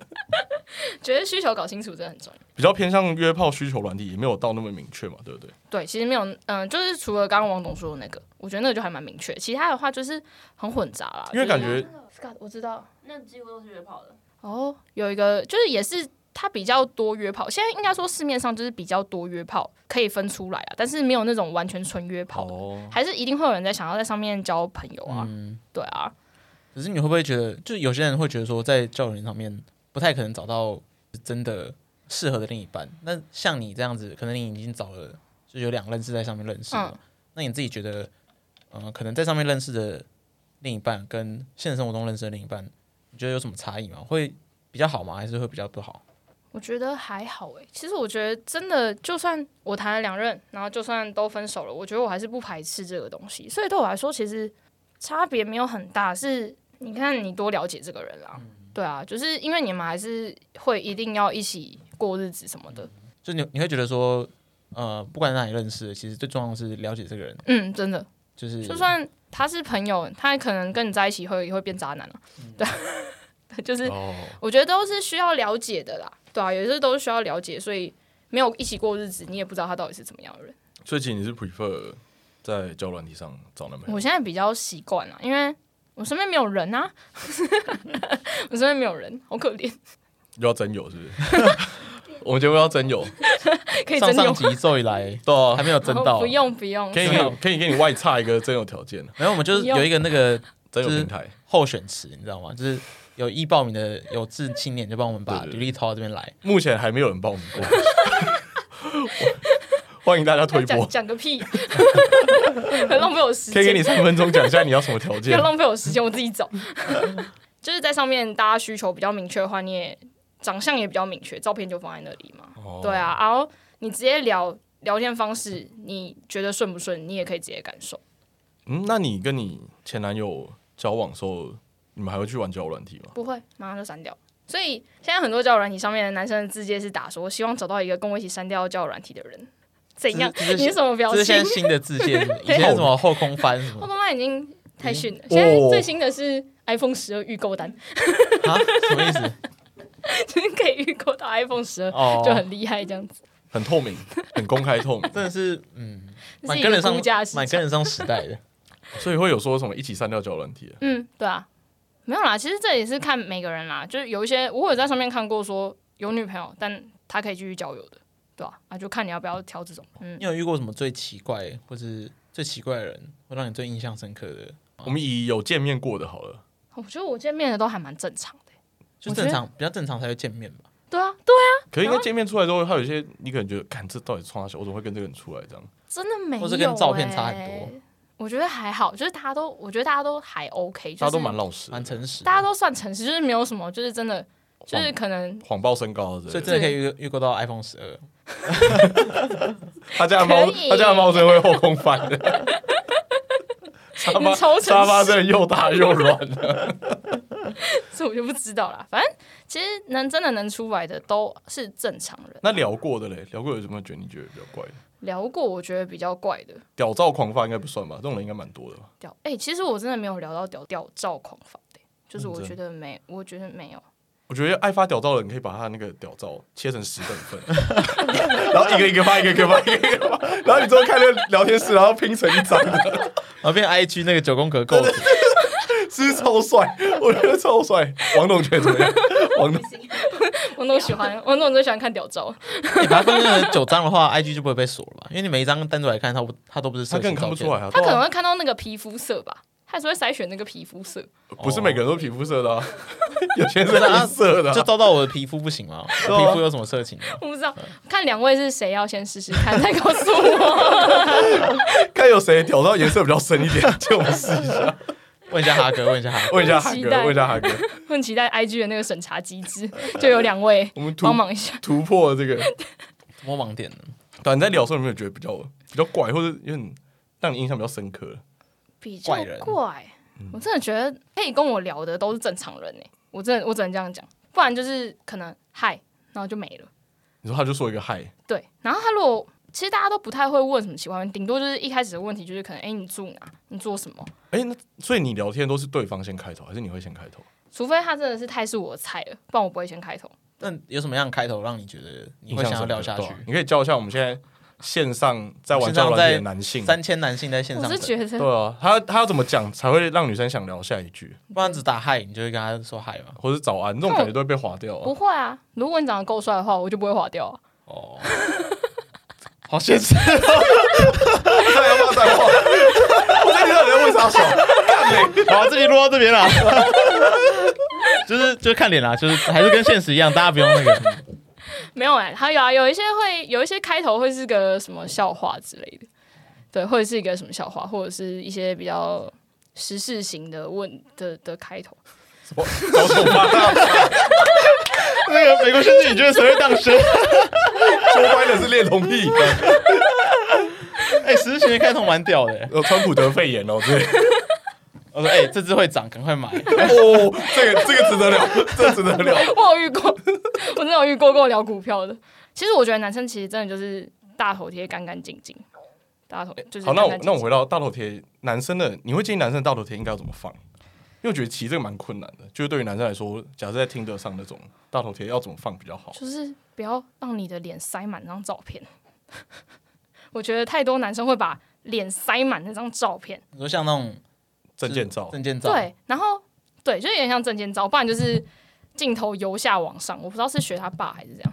觉得需求搞清楚真的很重要。比较偏向约炮需求软体，也没有到那么明确嘛，对不对？对，其实没有，嗯、就是除了刚刚王董说的那个，我觉得那个就还蛮明确，其他的话就是很混杂啦。因为感觉，Scott，我知道，那几乎都是约 炮的，哦，有一个就是也是它比较多约炮，现在应该说市面上就是比较多约炮可以分出来啊，但是没有那种完全纯约炮的，哦，还是一定会有人在想要在上面交朋友啊，嗯，对啊，可是你会不会觉得，就有些人会觉得说，在交友软件上面不太可能找到真的适合的另一半。那像你这样子，可能你已经找了，就有两任是在上面认识的。嗯那你自己觉得，呃，可能在上面认识的另一半跟现实生活中认识的另一半，你觉得有什么差异吗？会比较好吗？还是会比较不好？我觉得还好诶、其实我觉得真的，就算我谈了两任，然后就算都分手了，我觉得我还是不排斥这个东西。所以对我来说，其实差别没有很大。是你看你多了解这个人啦，对啊，就是因为你们还是会一定要一起过日子什么的。就你你会觉得说，呃，不管哪里认识的，其实最重要的是了解这个人，嗯，真的，就是就算他是朋友，他可能跟你在一起会也会变渣男啊。 对，就是哦，我觉得都是需要了解的啦，对啊，有些都是需要了解，所以没有一起过日子，你也不知道他到底是怎么样的人。所以其实你是 prefer 在交友软体上找男朋我友，现在比较习惯了，因为我身边没有人啊， 我身边没有人，好可怜，又要真有是不是？ 我们节目要真有，可以上真上有。集咒以来对啊还，没有争到，不用不 用，可以没给有你可以给你外差一个真有条件，然后我们就是有一个那个真有就是平台，候选词，你知道吗？就是有意报名的有志青年，就帮我们把对对履对历投到这边来。目前还没有人报名过， 欢迎大家推讲波，讲个屁， 很浪费我时可间。以给你三分钟讲一下你要什么条不件要。浪费我时间，我自己找。 就是在上面，大家需求比较明确的话，你也长相也比较明确，照片就放在那里嘛。哦对，啊，然后你直接聊聊天方式，你觉得顺不顺，你也可以直接感受。嗯，那你跟你前男友交往的时候，你们还会去玩交友软体吗？不会，马上就删掉。所以现在很多交友软体上面的男生的字界是打说，希望找到一个跟我一起删掉交友软体的人。怎样？这是这是哎你是什么表这是情现在？新的字 界，以前是什么后空翻什后 么妈妈已经太逊了，嗯哦现在最新的是 iPhone 十二预购单， 啊？什么意思？就是可以预购到 iPhone 十二，哦， 就很厉害这样子。很透 明，很公开透明，真的是嗯，这是蛮一跟得个上估价市，蛮场。跟得上时代的。所以会有说什么一起删掉交友软体。嗯，对啊，没有啦，其实这也是看每个人啦，就是有一些我有在上面看过说有女朋友，但他可以继续交友的，对啊，啊就看你要不要挑这种。嗯你，有遇过什么最奇怪或是最奇怪的人，会让你最印象深刻的？我们以有见面过的好了，哦我觉得我见面的都还蛮正常的欸、就我觉正得常，比较正常才会见面吧。对啊，对啊，可是应该见面出来之后，还有一些你可能觉得，看这到底冲他小，我怎么会跟这个人出来这样？真的没有、欸，欸或是跟照片差很多。我觉得还好，就是大家都，我觉得大家都还 OK，就是大家都蛮老实的，蛮诚实的，大家都算诚实，就是没有什么，就是真的，哦就是可能 谎报身高之类的，所以真的可以预预购到 iPhone 十二。 他家的猫可，以他家的猫真的会后空翻的。 沙你发超诚实沙发真的又大又软的， 这我就不知道啦。反正其实能真的能出来的都是正常人。那聊过的嘞，聊过有什么觉得你觉得比较怪的？聊过，我觉得比较怪的，屌照狂发应该不算吧，这种人应该蛮多的吧。屌，哎、其实我真的没有聊到屌屌照狂法的、就是认我真觉得没，我觉得没有， 我觉得爱发屌照的人可以把他那个屌照切成十等份， 然后一个一个发，一个一个发，一个一个发，然后你之后看那个聊天室，然后拼成一张的，然后变 IG 那个九宫格构图，是不是超帅？我觉得超帅。王董觉得怎么样？王董 王总 喜欢，王总最喜欢看屌照，你把它分成九张的话，IG 就不会被锁了吧？因为你每一张单独来看，它不它都不是他色情更看不照片出来啊，他可对能啊会看到那个皮肤色吧，他还是会筛选那个皮肤色，不是每个人都皮肤色的啊，有些人是黑色 的啊，就照到我的皮肤不行吗？对啊我皮肤有什么色情吗？我不知道，看两位是谁要先试试看，再告诉我。看有谁屌到颜色比较深一点， 就我们 试一下。问一下哈哥，问一下哈哥，问一下哈期哥，待问一下哈哥， 很期待 IG 的那个审查机制， 就有 两位我们突帮忙一下。突破这个。摸盲点呢？对啊，你在聊的时候有没有觉得比较比较怪，或者有点让你印象比较深刻的？比较怪人嗯怪。我真的觉得可以跟我聊的欸都是正常人呢、我真的我只能这样讲，不然就是可能嗨，然后就没了。你说他就说一个嗨，对，然后他如果其实大家都不太会问什么喜欢，顶多就是一开始的问题就是可能，哎，你住哪？你做什么？哎，那所以你聊天都是对方先开头，还是你会先开头？除非他真的是太是我的菜了，不然我不会先开头。但有什么样的开头让你觉得你会想要聊下去对？啊你可以教一下我们现在线上在玩线交上友软体在的男性。三千男性在线我上是等，觉得对啊，他他要怎么讲才会让女生想聊下一句，不然只打嗨，你就会跟他说嗨嘛。或是早安这种感觉都会被划掉不啊？会啊，如果你长得够帅的话，我就不会划掉、啊。哦， 好现实，再要骂再话，我在听到你在为啥笑，干你！好，这集录到这边了， 就是就是看脸啦，就是还是跟现实一样，大家不用那个。没有哎、还有啊，有一些会有一些开头会是个什么笑话之类的，对，或者是一个什么笑话，或者是一些比较时事型的问的的开头。 我搞什么啊？那个美国先生，你觉得谁会当 生？说白了是恋童癖，哎，实习开头蛮屌的、有川普得肺炎哦，对。我说，哎、这只会涨，赶快买。哦，这个这个值得聊，这个值得聊。我有遇过， 我真的有遇过跟我聊股票的。其实我觉得男生其实真的就是大头贴干干净净，大头就是好，那我干干净净那我回到大头贴，男生的你会建议男生的大头贴应该要怎么放？因为我觉得其实这个蛮困难的，就是对于男生来说，假设在听得上那种大头贴要怎么放比较好？就是不要让你的脸塞满那张照片。 我觉得太多男生会把脸塞满那张照片，你说像那种证件照，证件照， 对，然后对，就有点像证件照，不然就是镜头由下往上。我不知道是学他爸还是怎样，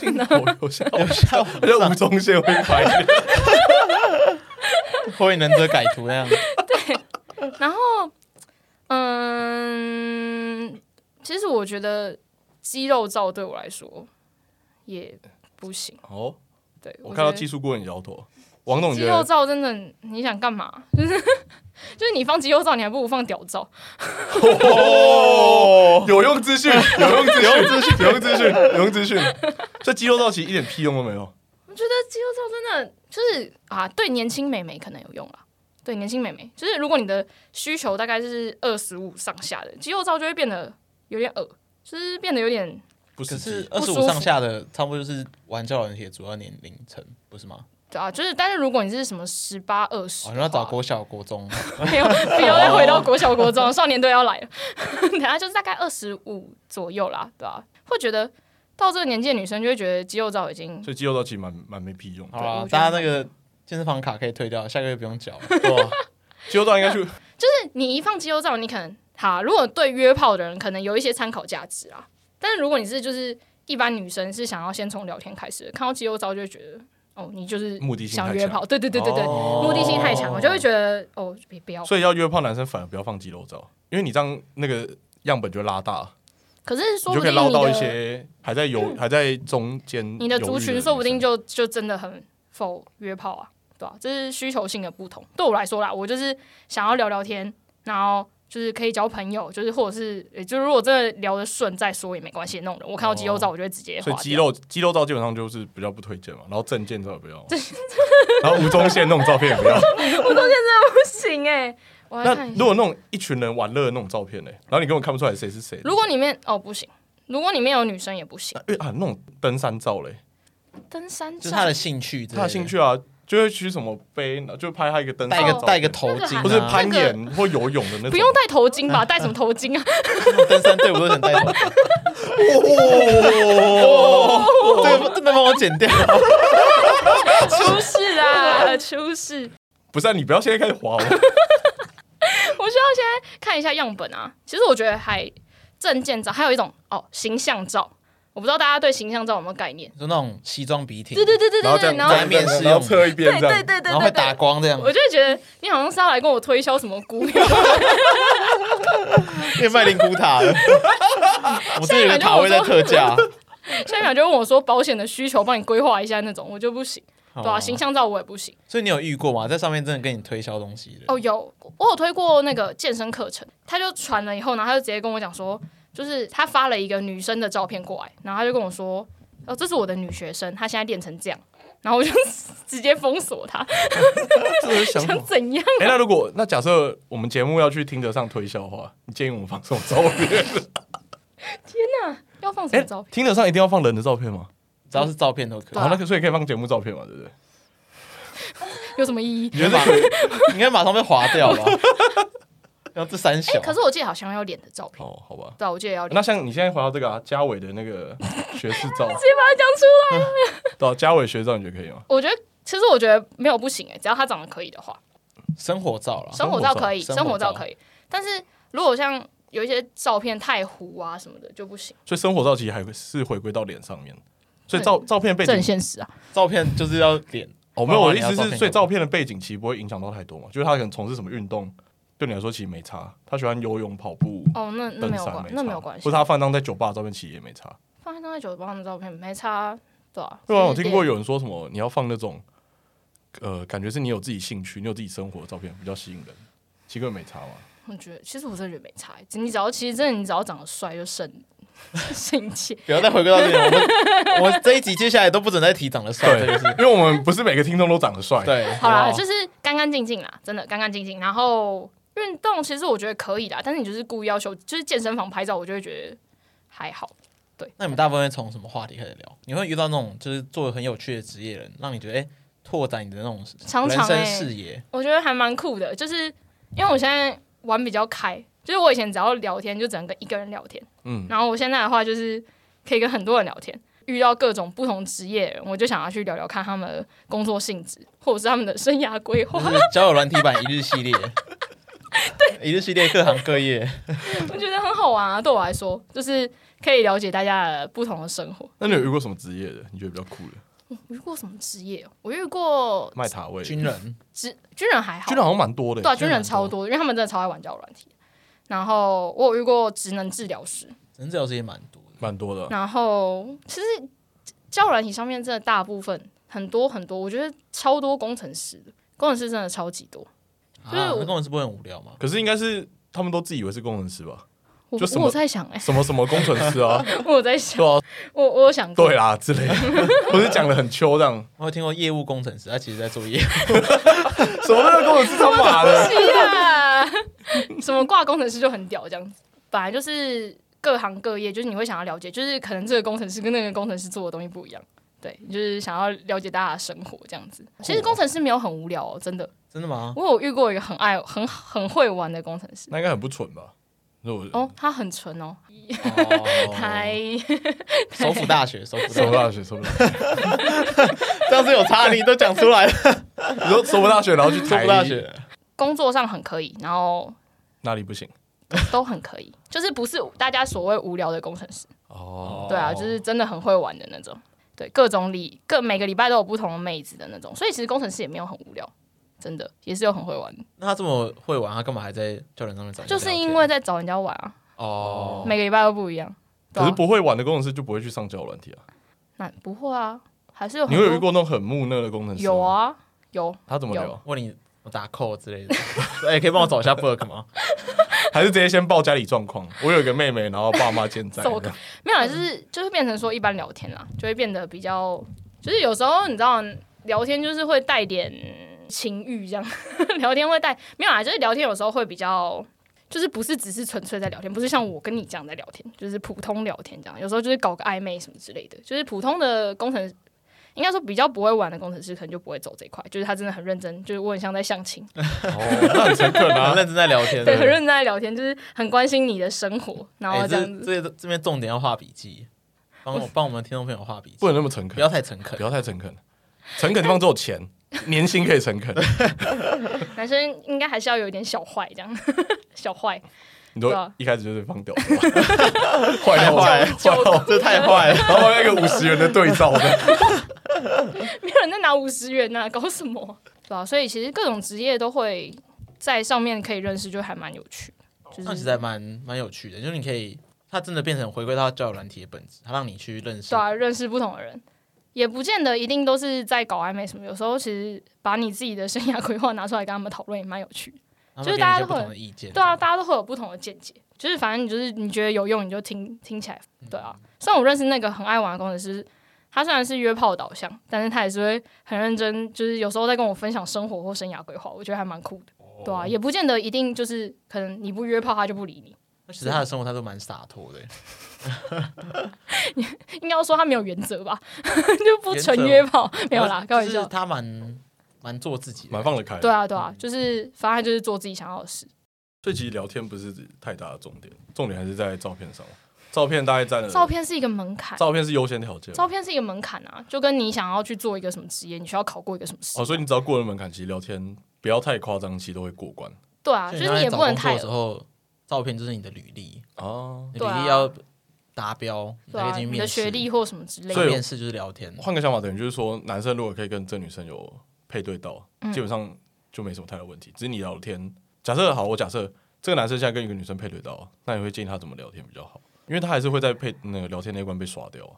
镜头留下，留下我觉得吴宗宪会拍。 火影忍者改图那样。然后，嗯，其实我觉得肌肉照对我来说也不行。哦，对，我看到觉得技术顾问也摇头，王总肌觉肉得照真的，你想干嘛？ 就是就是你放肌肉照，你还不如放屌照。哦，有用资 讯，有用资讯，有用资讯，有用资讯，有用资讯。这肌肉照其实一点屁用都没有。我觉得肌肉照真的就是啊，对年轻美眉可能有用啦。对年轻美眉，就是如果你的需求大概是二十五上下的，肌肉照就会变得有点恶，就是变得有点不可是是肌二不十舒五服上下的，差不多就是玩交友软体的主要年龄层，不是吗？对啊，就是但是如果你是什么十八二十，哦，你要找国小、国中，没有，不要再回到国小国中，少年队要来了。等下就是大概二十五左右啦，对吧、会觉得到这个年纪的女生就会觉得肌肉照已经所以肌肉照其实蛮蛮没屁用的 好。啦我觉，得大家那个健身房卡可以退掉，下个月不用缴了。对啊肌肉照应该去就是你一放肌肉照，你可能好，啊如果对约炮的人可能有一些参考价值啊。但是如果你是就是一般女生是想要先从聊天开始的，看到肌肉照就会觉得哦，你就是目的性想太约强炮，对 对对对对，哦目的性太强，我就会觉得哦，别不要。所以要约炮男生反而不要放肌肉照，因为你这样那个样本就会拉大，可是你说就不可以定捞你到的嗯一些还在犹还在中间你的族嗯犹豫群，女说不定生就就真的很否约炮啊，对吧、这是需求性的不同。对我来说啦，我就是想要聊聊天，然后就是可以交朋友，就是或者是，也就是如果真的聊得顺再说也没关系那种人。我看到肌肉照，我就会直接划哦所以掉。肌肉肌肉照基本上就是比较不推荐嘛，然后证件照也 不要，然后吴宗宪那种照片也不要。不行哎、我来那看一如下。果那种一群人玩乐的那种照片呢？然后你根本看不出来谁是谁。如果里面哦不行，如果里面有女生也不行。啊因为啊那种登山照嘞，登山就是照他的兴趣之类的，他的兴趣啊就会去什么背，然后就拍他一个登山戴一照个片戴一个头巾啊，或是攀那个岩或游泳的那种。不用戴头巾 吧？戴什么头巾啊？ 那种登山队伍都想戴头巾。哦，这个不这能帮我剪掉？出事啦！出事！不是啊，你不要现在开始滑哦。 我需要现在看一下样本啊。其实我觉得还证件照，还有一种哦形象照，我不知道大家对形象照有没有概念？你说那种西装笔挺， 对对对对然后这样对，然后后在面试然后用侧一边对这样对。对对然后会对打对，光这样，我就会觉得你好像是要来跟我推销什么股票， 变卖灵骨塔了。我这里有个塔位在特价，下一秒就问我说保险的需求，帮你规划一下那种，我就不行，对吧、哦啊？形象照我也不行。所以你有遇过吗？在上面真的跟你推销东西的？哦，有，我有推过那个健身课程，他就传了以后，然后他就直接跟我讲说，就是他发了一个女生的照片过来，然后他就跟我说，哦，这是我的女学生，她现在练成这样，然后我就 直接封锁她，这是想法想怎样？哎、那如果那假设我们节目要去听得上推销的话，你建议我们放什么照片？ 要放什哎、么照片？听得上一定要放人的照片吗？只要是照片都可对然以。后啊那个所以可以放节目照片嘛，对不对？有什么意义？哎你应该 马你应该马上被划掉吧？然后这三哎、小，啊可是我记得好像要脸的照片，哦，好吧。对啊，我记得要脸，那像你现在回到这个啊，嘉伟的那个学士 照，直接把它讲出来。到嘉伟学照，你觉得可以吗？我觉得其实我觉得没有不行哎、只要他长得可以的话，生活照了，生活照可以，啊生活照生活照可以。但是如果像有一些照片太糊啊什么的就不行，所以生活照其实还是回归到脸上面，所以照照片背这很景现实啊。照片就是要脸。哦，没有，我的意思画画是，所以照片的背景其实不会影响到太多嘛，就是他可能从事什么运动，对你来说其实没差。他喜欢游泳、跑步、哦，那那登没有山关，，那差没有关系或者。他放一张在酒吧的照片，其实也没差。放在张在酒吧的照片没差啊，对啊。对啊，我就是听过脸有人说什么你要放那种，呃，感觉是你有自己兴趣、你有自己生活的照片比较吸引人，其实根本没差嘛。我觉得其实我真的觉得没差、欸，你只要其实真的你只要长得帅就 胜胜气。不要再回归到这里，我们 我们这一集接下来都不准再提长得帅这个事。因为我们不是每个听众都长得帅，对，好啦，不就是干干净净啦，真的干干净净。然后运动其实我觉得可以啦，但是你就是故意要求，就是健身房拍照，我就会觉得还好。那你们大部分会从什么话题开始聊？你会遇到那种就是做的很有趣的职业人，让你觉得哎、拓展你的那种常人常生欸视野。我觉得还蛮酷的，就是因为我现在玩比较开，就是我以前只要聊天就只能跟一个人聊天，嗯，然后我现在的话就是可以跟很多人聊天。遇到各种不同职业的人，我就想要去聊聊看他们的工作性质，或者是他们的生涯规划。就是交友软体版一日系列，一日系列各行各业。 我觉得很好玩啊，对我来说，就是可以了解大家的不同的生活。那你有遇过什么职业的？你觉得比较酷的？我遇过什么职业哦？我遇过卖塔位的军，人，职军人还好，军人好像蛮多的对、啊，耶。军人超多，因为他们真的超爱玩交友软体。然后我有遇过职能治疗师，人治疗师也蛮多的。蛮多的啊。然后其实交友软体上面真的大部分很多很多，我觉得超多工程师的，工程师真的超级多。啊，就是我那工程师不会很无 聊吗？可是应该是他们都自以为是工程师吧？我就什我么有在想哎、什么什么工程师啊？ 我有在想，对啊，我我有想过，对啊啦之类的， 不是讲的很秋这样。我有听过业务工程师，他其实在做业务。 什么那个工程师他妈的？是啊， 什么挂工程师就很屌，这样子，本来就是各行各业，就是你会想要了解，就是可能这个工程师跟那个工程师做的东西不一样，对，就是想要了解大家的生活这样子。其哦实工程师没有很无聊哦，真的，真的 吗？我有遇过一个很爱、很很会玩的工程师，那应该很不蠢吧？那我哦，他很纯哦，哦台、首府大 学，首府什大么学，大学？什么大学？这样是有差，你都讲出来了。你说什么大学？然后去首台府大学，工作上很可以，然后哪里不行？都很可以，就是不是大家所谓无聊的工程师。哦，对啊，就是真的很会玩的那种。对，各种礼各每个礼拜都有不同的妹子的那种，所以其实工程师也没有很无聊，真的也是有很会玩的， 那他这么会玩，他干嘛还在教人上面找人聊天？就是因为在找人家玩啊，哦，每个礼拜都不一样。对可啊是不会玩的工程师就不会去上交友软体啊。那不会啊，还是有你很会多有遇过那种很木讷的工程师？有，啊有，他怎么聊？问你我打 call 之 类的，哎、可以帮我找一下 book 吗？还是直接先报家里状况？我有一个妹妹，然后爸妈健 在。走没有啦，就是就是变成说一般聊天啦，就会变得比较，就是有时候你知道聊天就是会带点情欲这样， 聊天会带没有啦，啊就是聊天有时候会比较。就是不是只是纯粹在聊天，不是像我跟你这样在聊天，就是普通聊天这样。有时候就是搞个暧昧什么之类的，就是普通的工程，应该说比较不会玩的工程师，可能就不会走这一块。就是他真的很认真，就是我很像在相亲，哦，那很诚恳很啊。认真在聊天，对，很认真在聊天，就是很关心你的生活，然后哎这样子。这这这边重点要画笔记，帮我帮我们听众朋友画笔记不，能那么诚不恳要，太诚恳不。要太诚恳。诚恳的地方只有钱，年薪可以诚恳。男生应该还是要有一点小坏这样， 小坏。你都对啊一开始就是放掉，是吧 坏到坏坏到， 这太坏了，然后那个五十元的对照 的，没有人在拿五十元呐、搞什么？对啊，所以其实各种职业都会在上面可以认识，就还蛮有趣的。就那其是实还蛮蛮有趣的，就是你可以，它真的变成回归到交友软体的本质，它让你去认识对。啊，认识不同的人，也不见得一定都是在搞暧昧什么。有时候其实把你自己的生涯规划拿出来跟他们讨论，也蛮有趣的。他们就是给你大一家些都不会同的意见。对啊，大家都会有不同的见解，就是反正你就是你觉得有用，你就听听起来。对啊，虽然我认识那个很爱玩的工程师。他虽然是约炮导向，但是他也是会很认真，就是有时候在跟我分享生活或哦生涯规划，我觉得还蛮酷的。对啊，也不见得一定就是可能你不约炮他就不理你，那其实他的生活态度蛮洒脱的，应该要说他没有原则吧， 就不纯原则约炮， 没有啊啦，开玩就是笑。他蛮蛮做自己的，蛮放得开。对，啊，对嗯啊，就是反正他就是做自己想要的事。所以其实聊天不是太大的重点，重点还是在照片上。照片大概占了，照片是一个门槛，呃照片是优先条件嘛。照片是一个门槛啊，就跟你想要去做一个什么职业，你需要考过一个什么试。哦，所以你只要过了门槛，其实聊天不要太夸张，其实都会过关对啊，就所以是你也在不能找工作太的时候，照片就是你的履历，哦。你履对啊历要达标，你对才可以进啊，去你面的学试。历或什么之类所以的。面试就是聊天，换个想法，等于就是说，男生如果可以跟这女生有配对到，嗯基本上就没什么太大问题。只是你聊天，假设好，我假设这个男生现在跟一个女生配对到，那你会建议他怎么聊天比较好？因为他还是会在配那个聊天那一关被刷掉啊。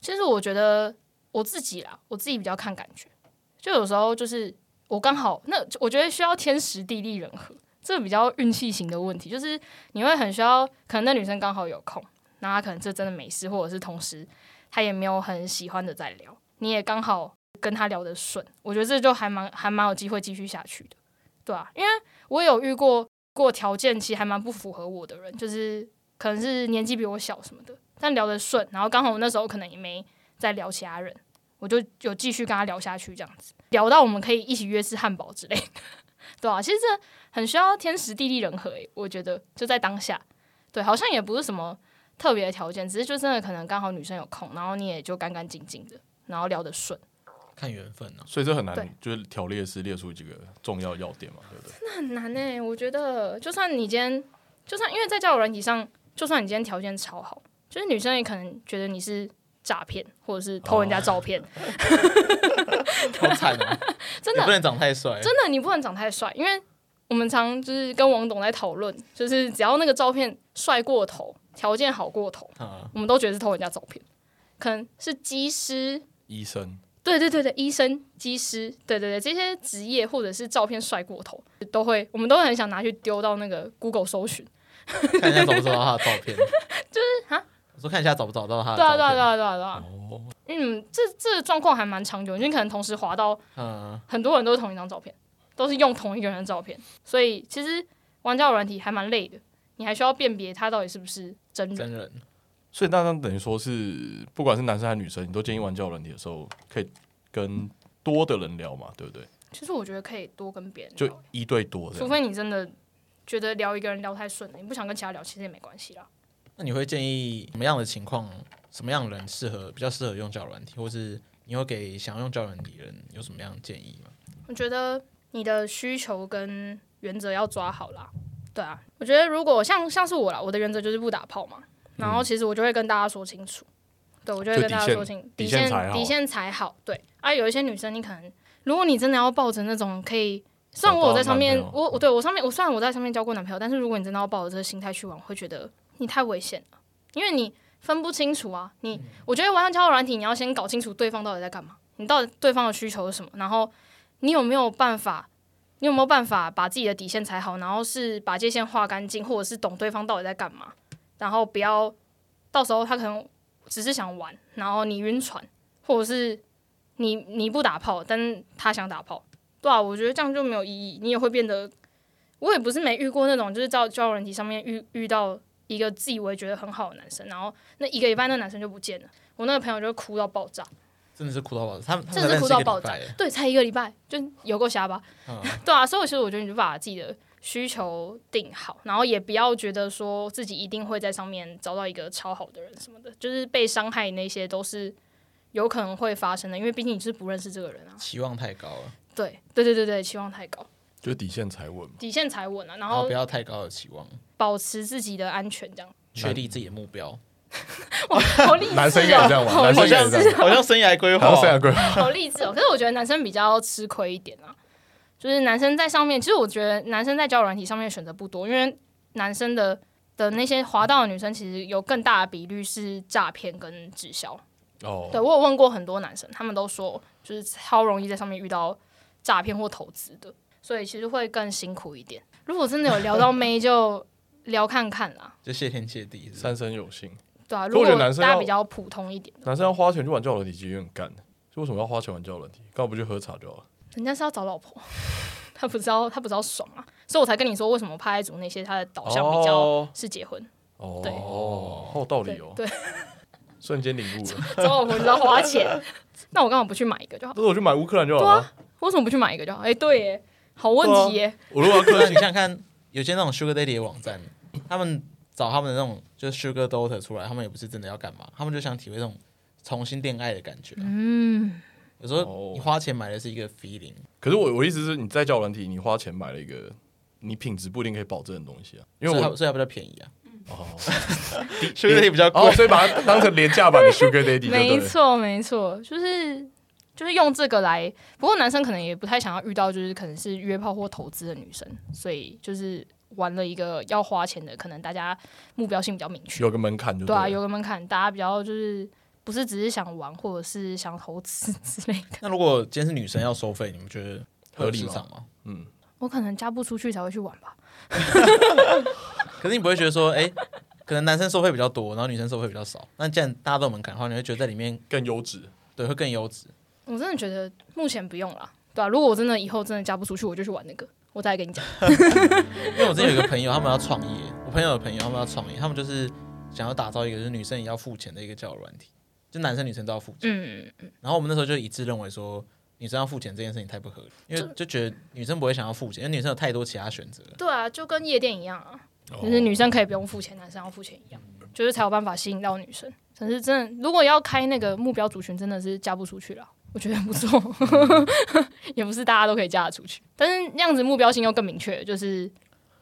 其实我觉得我自己啦，我自己比较看感觉，就有时候就是我刚好那我觉得需要天时地利人和，这个比较运气型的问题，就是你会很需要，可能那女生刚好有空，那她可能这真的没事，或者是同时她也没有很喜欢的在聊，你也刚好跟她聊得顺，我觉得这就还蛮还蛮有机会继续下去的，对啊，因为我有遇过过条件其实还蛮不符合我的人，就是可能是年纪比我小什么的，但聊得顺，然后刚好我那时候可能也没再聊其他人，我就有继续跟他聊下去，这样子聊到我们可以一起约吃汉堡之类的， 对啊，其实这很需要天时地利人和、欸，我觉得就在当下，对，好像也不是什么特别的条件，只是就真的可能刚好女生有空，然后你也就干干净净的，然后聊得顺，看缘分啊。所以这很难对，就是条列式列出几个重要要点嘛，对不对？很难呢、我觉得，就算你今天，就算因为在交友软体上，就算你今天条件超好，就是女生也可能觉得你是诈骗，或者是偷哦人家 照片，好惨哦！真也的不能长太帅，真的你不能长太帅，因为我们常就是跟王董在讨论，就是只要那个照片帅过头，条件好过头，啊，我们都觉得是偷人家照片，可能是机师。医生对对对对，医生、技师，对对对，这些职业或者是照片帅过头，都会，我们都会很想拿去丢到那个 Google 搜寻，看一下找不找到他的照 片，就是啊，我说看一下找不找到他的对啊，照片，对啊，对啊，对啊，对啊。哦嗯，这这个状况还蛮常久，因为可能同时滑到嗯，很多人都是同一张照片，都是用同一个人的照片，所以其实玩交友软体还蛮累的，你还需要辨别他到底是不是真人。真人所以那那等于说是，不管是男生还是女生，你都建议玩交友软体的时候，可以跟多的人聊嘛，对不对？其实我觉得可以多跟别人就聊，一对多这嗯除样。非你真的觉得聊一个人聊太顺了，你不想跟其他聊，其实也没关系啦。那你会建议什么样的情况，什么样的人适合比较适合用交友软体，或是你会给想要用交友软体的人有什么样的建议吗？我觉得你的需求跟原则要抓好啦。对啊，我觉得如果像像是我啦，我的原则就是不打炮嘛，然后其实我就会跟大家说清楚，对我就会嗯就跟底大家线说清底线线才好底线才好。对啊，有一些女生你可能，如果你真的要抱着那种可以，虽然我有在上面找到男，朋友我我对我上面我虽然我在上面交过男朋友，但是如果你真的要抱着这个心态去玩，会觉得你太危险了，因为你分不清楚啊。嗯你、我觉得玩上交友软体，你要先搞清楚对方到底在干嘛，你到底对方的需求是什么，然后你有没有办法。你有没有办法把自己的底线踩好，然后是把界限画干净，或者是懂对方到底在干嘛，然后不要到时候他可能只是想玩，然后你晕船，或者是你你不打炮，但是他想打炮，对啊，我觉得这样就没有意义，你也会变得。我也不是没遇过那种，就是在交友软体上面遇遇到一个自以为觉得很好的男生，然后那一个礼拜那男生就不见了，我那个朋友就哭到爆炸，真的是哭到爆炸，他们他们真的是哭到爆炸才认识一个礼拜耶，对，才一个礼拜就有够瞎吧？嗯 对啊，所以其实我觉得你就把自己的需求定好，然后也不要觉得说自己一定会在上面找到一个超好的人什么的，就是被伤害那些都是有可能会发生的，因为毕竟你是不认识这个人啊。期望太高了，对，对对对对，期望太高，就底线才稳嘛。底线才稳啊，然然后后不要太高的期望，保持自己的安全，这样。确立自己的目标，哇，好励志哦！男生应该也这样吧好男励生应该也志这样吧 好像生涯规还划要生涯规划，好励志哦。可是我觉得男生比较吃亏一点啊，就是男生在上面，其实我觉得男生在交友软体上面选择不多，因为男生的的那些滑到的女生，其实有更大的比率是诈骗跟直销。对哦，我有问过很多男生，他们都说就是超容易在上面遇到诈骗或投资的，所以其实会更辛苦一点。如果真的有聊到妹，就聊看看啦，就谢天谢地，是不是三生有幸。对啊。可如我果觉得大男生要家比较普通一点，男生要花钱去玩交友软体，其实有点干。就为什么要花钱玩交友软体？干嘛不去喝茶就好了？人家是要找老婆。 他不知道他不知道爽啊，所以我才跟你说为什么派爱族那些他的导向比较哦是结婚，对哦，好有道理对哦，对，瞬间领悟了。找老婆你知道花钱， 那我干嘛不去买一个就好？那我去买乌克兰就好对了啊。为什么不去买一个就好？哎、对耶，好问题耶，我如果要对啊克你星想，想看，有些那种 Sugar Daddy 的网站，他们找他们的那种就是 Sugar Daughter 出来，他们也不是真的要干嘛，他们就想体会这种重新恋爱的感觉啊。嗯，有时候哦你花钱买的是一个 feeling，可是我我意思是你在教软体，你花钱买了一个你品质不一定可以保证的东西啊，因为所以我它所以它比较便宜啊。哦 Sugar Daddy 比较哦，贵，所以把它当成廉价版的 Sugar Daddy，对没不对？错没错，就是就是用这个来，不过男生可能也不太想要遇到就是可能是约炮或投资的女生，所以就是玩了一个要花钱的，可能大家目标性比较明确，有个门槛就对啊，了有个门槛，大家比较就是不是只是想玩或者是想投资之类的， 那如果今天是女生要收费，你们觉得合理市吗场吗？嗯，我可能嫁不出去才会去玩吧，可是你不会觉得说，哎、可能男生收费比较多，然后女生收费比较少。那既然大家都有门槛的话，你会觉得在里面更优质。对会更优质。我真的觉得目前不用啦，对啊，如果我真的以后真的嫁不出去，我就去玩那个，我再 来跟你讲。因为我之前有一个朋友，他们要创业，我朋友的朋友他们要创业，他们就是想要打造一个就是女生也要付钱的一个交友软体，就男生女生都要付钱。嗯，然后我们那时候就一致认为说，女生要付钱这件事情太不合理，因为就觉得女生不会想要付钱，因为女生有太多其他选择。对啊，就跟夜店一样啊，哦就是女生可以不用付钱，男生要付钱一样，就是才有办法吸引到女生。可是真的，如果要开那个目标族群，真的是嫁不出去了。我觉得不错， 也不是大家都可以嫁得出去，但是那样子目标性又更明确，就是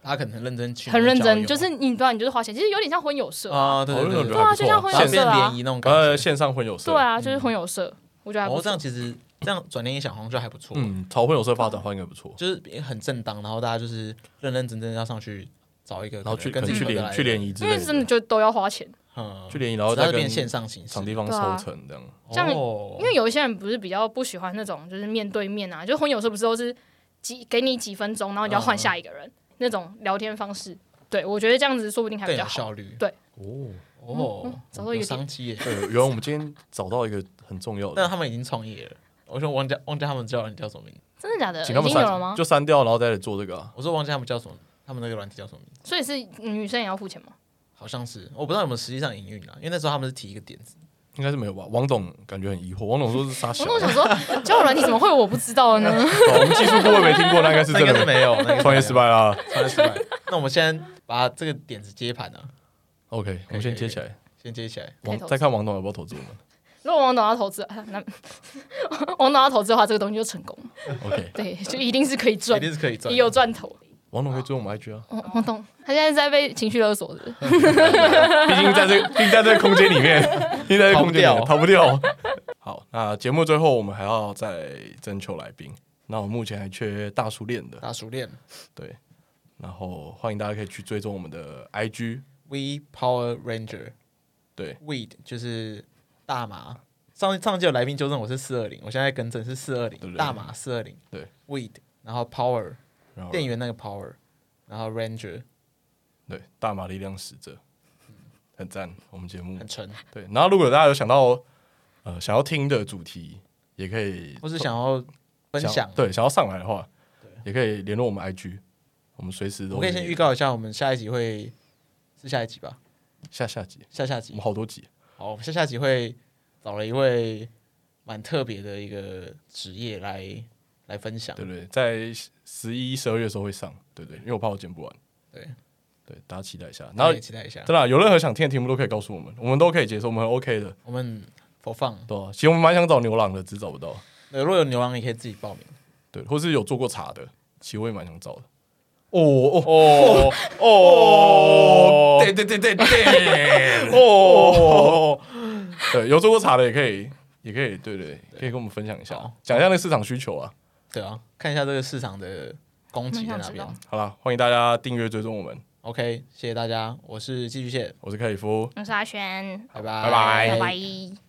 大家可能很认真去，很认真，就是你不知道你就是花钱，其实有点像婚友社，啊，对哦对那对种对觉得还不对错对啊就像婚然友后社变啊联谊那种感呃，觉。线上婚友社，对，啊，就是婚友社，我觉得还嗯哦不，这错样。其实这样转念一想，好像就还不错，嗯，朝婚友社发展好像应该不错。就是很正当，然后大家就是认认真真要上去找一个，然后去可跟自能己去合得来联的去联谊之因类为真的的，就都要花钱，嗯去联谊，然后只要再跟变线上形式场，地方对啊抽成这样。这样哦因为有一些人不是比较不喜欢那种就是面对面啊，就婚友社不是都是几给你几分钟，然后你就要嗯换下一个人、那种聊天方式。对，我觉得这样子说不定还更比有较好。效率。对，嗯哦，哦，找到一个有点商机耶，对，原来我们今天找到一个很重要但的，他们已经创业了。我说忘记忘记他们叫人叫什么名字，真的假的？请他已们经有了吗删，？就删掉，然后再来做这个啊。我说忘记他们叫什么，他们那个软体叫什么名字，所以是女生也要付钱吗？好像是我不知道有没有实际上营运啊，因为那时候他们是提一个点子，应该是没有吧？王总感觉很疑惑，王总说是傻小我啊，都想说，交友软体怎么会我不知道 呢？哦我们技术部位没听过，那应该是那真应该的是没有，那应该是没有创业失，败啦。创业失败。 那我们先把这个点子接盘啊， OK，我们先接起来，先接起来。可以王投资再看王总要不要投资我们。如果王董要投资，啊那 王董要投资的话，这个东西就成功了。 OK，对，就一定是可以赚一，定是可以赚也。有赚头。王总可以追我们 IG 啊，王王董，嗯他现在是在被情绪勒索的。毕竟在这个，毕竟在这个空间里 面，毕竟在这个空间里面逃逃不掉。 好，那节目最后我们还要再征求来宾，那我目前还缺大叔恋的，大熟练对，然后欢迎大家可以去追踪我们的 IG， ，We Power Ranger 对 Weed 就是大麻。上上季有来宾纠正我是四二零，我现在更正是四二对零，对大麻四二零，对，Weed，然后 Power 然后店员那个 Power，然后 Ranger 对大马力量使者，很赞，我们节目很沉，对，然后如果大家有想到呃想要听的主题，也可以或是想要分享，对想要上来的话，也可以联络我们 IG，我们随时都我可以先预告一下，我们下一集会是下一集吧，下下集，下下我集们。好多集，好，我们下下集会找了一位蛮特别的一个职业来来分享对。不对？在十一、十二月的时候会上，对不对？因为我怕我剪不完，对，对，大家期待一下。然大后家也期待一下。真的啊、有任何想听的题目都可以告诉我们，我们都可以接受，我们很 OK 的，我们播放，对啊、其实我们蛮想找牛郎的，只是找不到，对如果有牛郎，也可以自己报名。对，或是有做过茶的，其实我也蛮想找的。哦哦哦哦，对对对对对， 哦，对，有做过茶的也可以，也可以，对对，可以跟我们分享一下好，讲一下那个市场需求啊。对啊，看一下这个市场的供给在哪蛮想知边道。好啦，欢迎大家订阅追踪我们， OK，谢谢大家，我是寄居蟹，我是克里夫，我是阿轩，拜拜拜拜拜拜。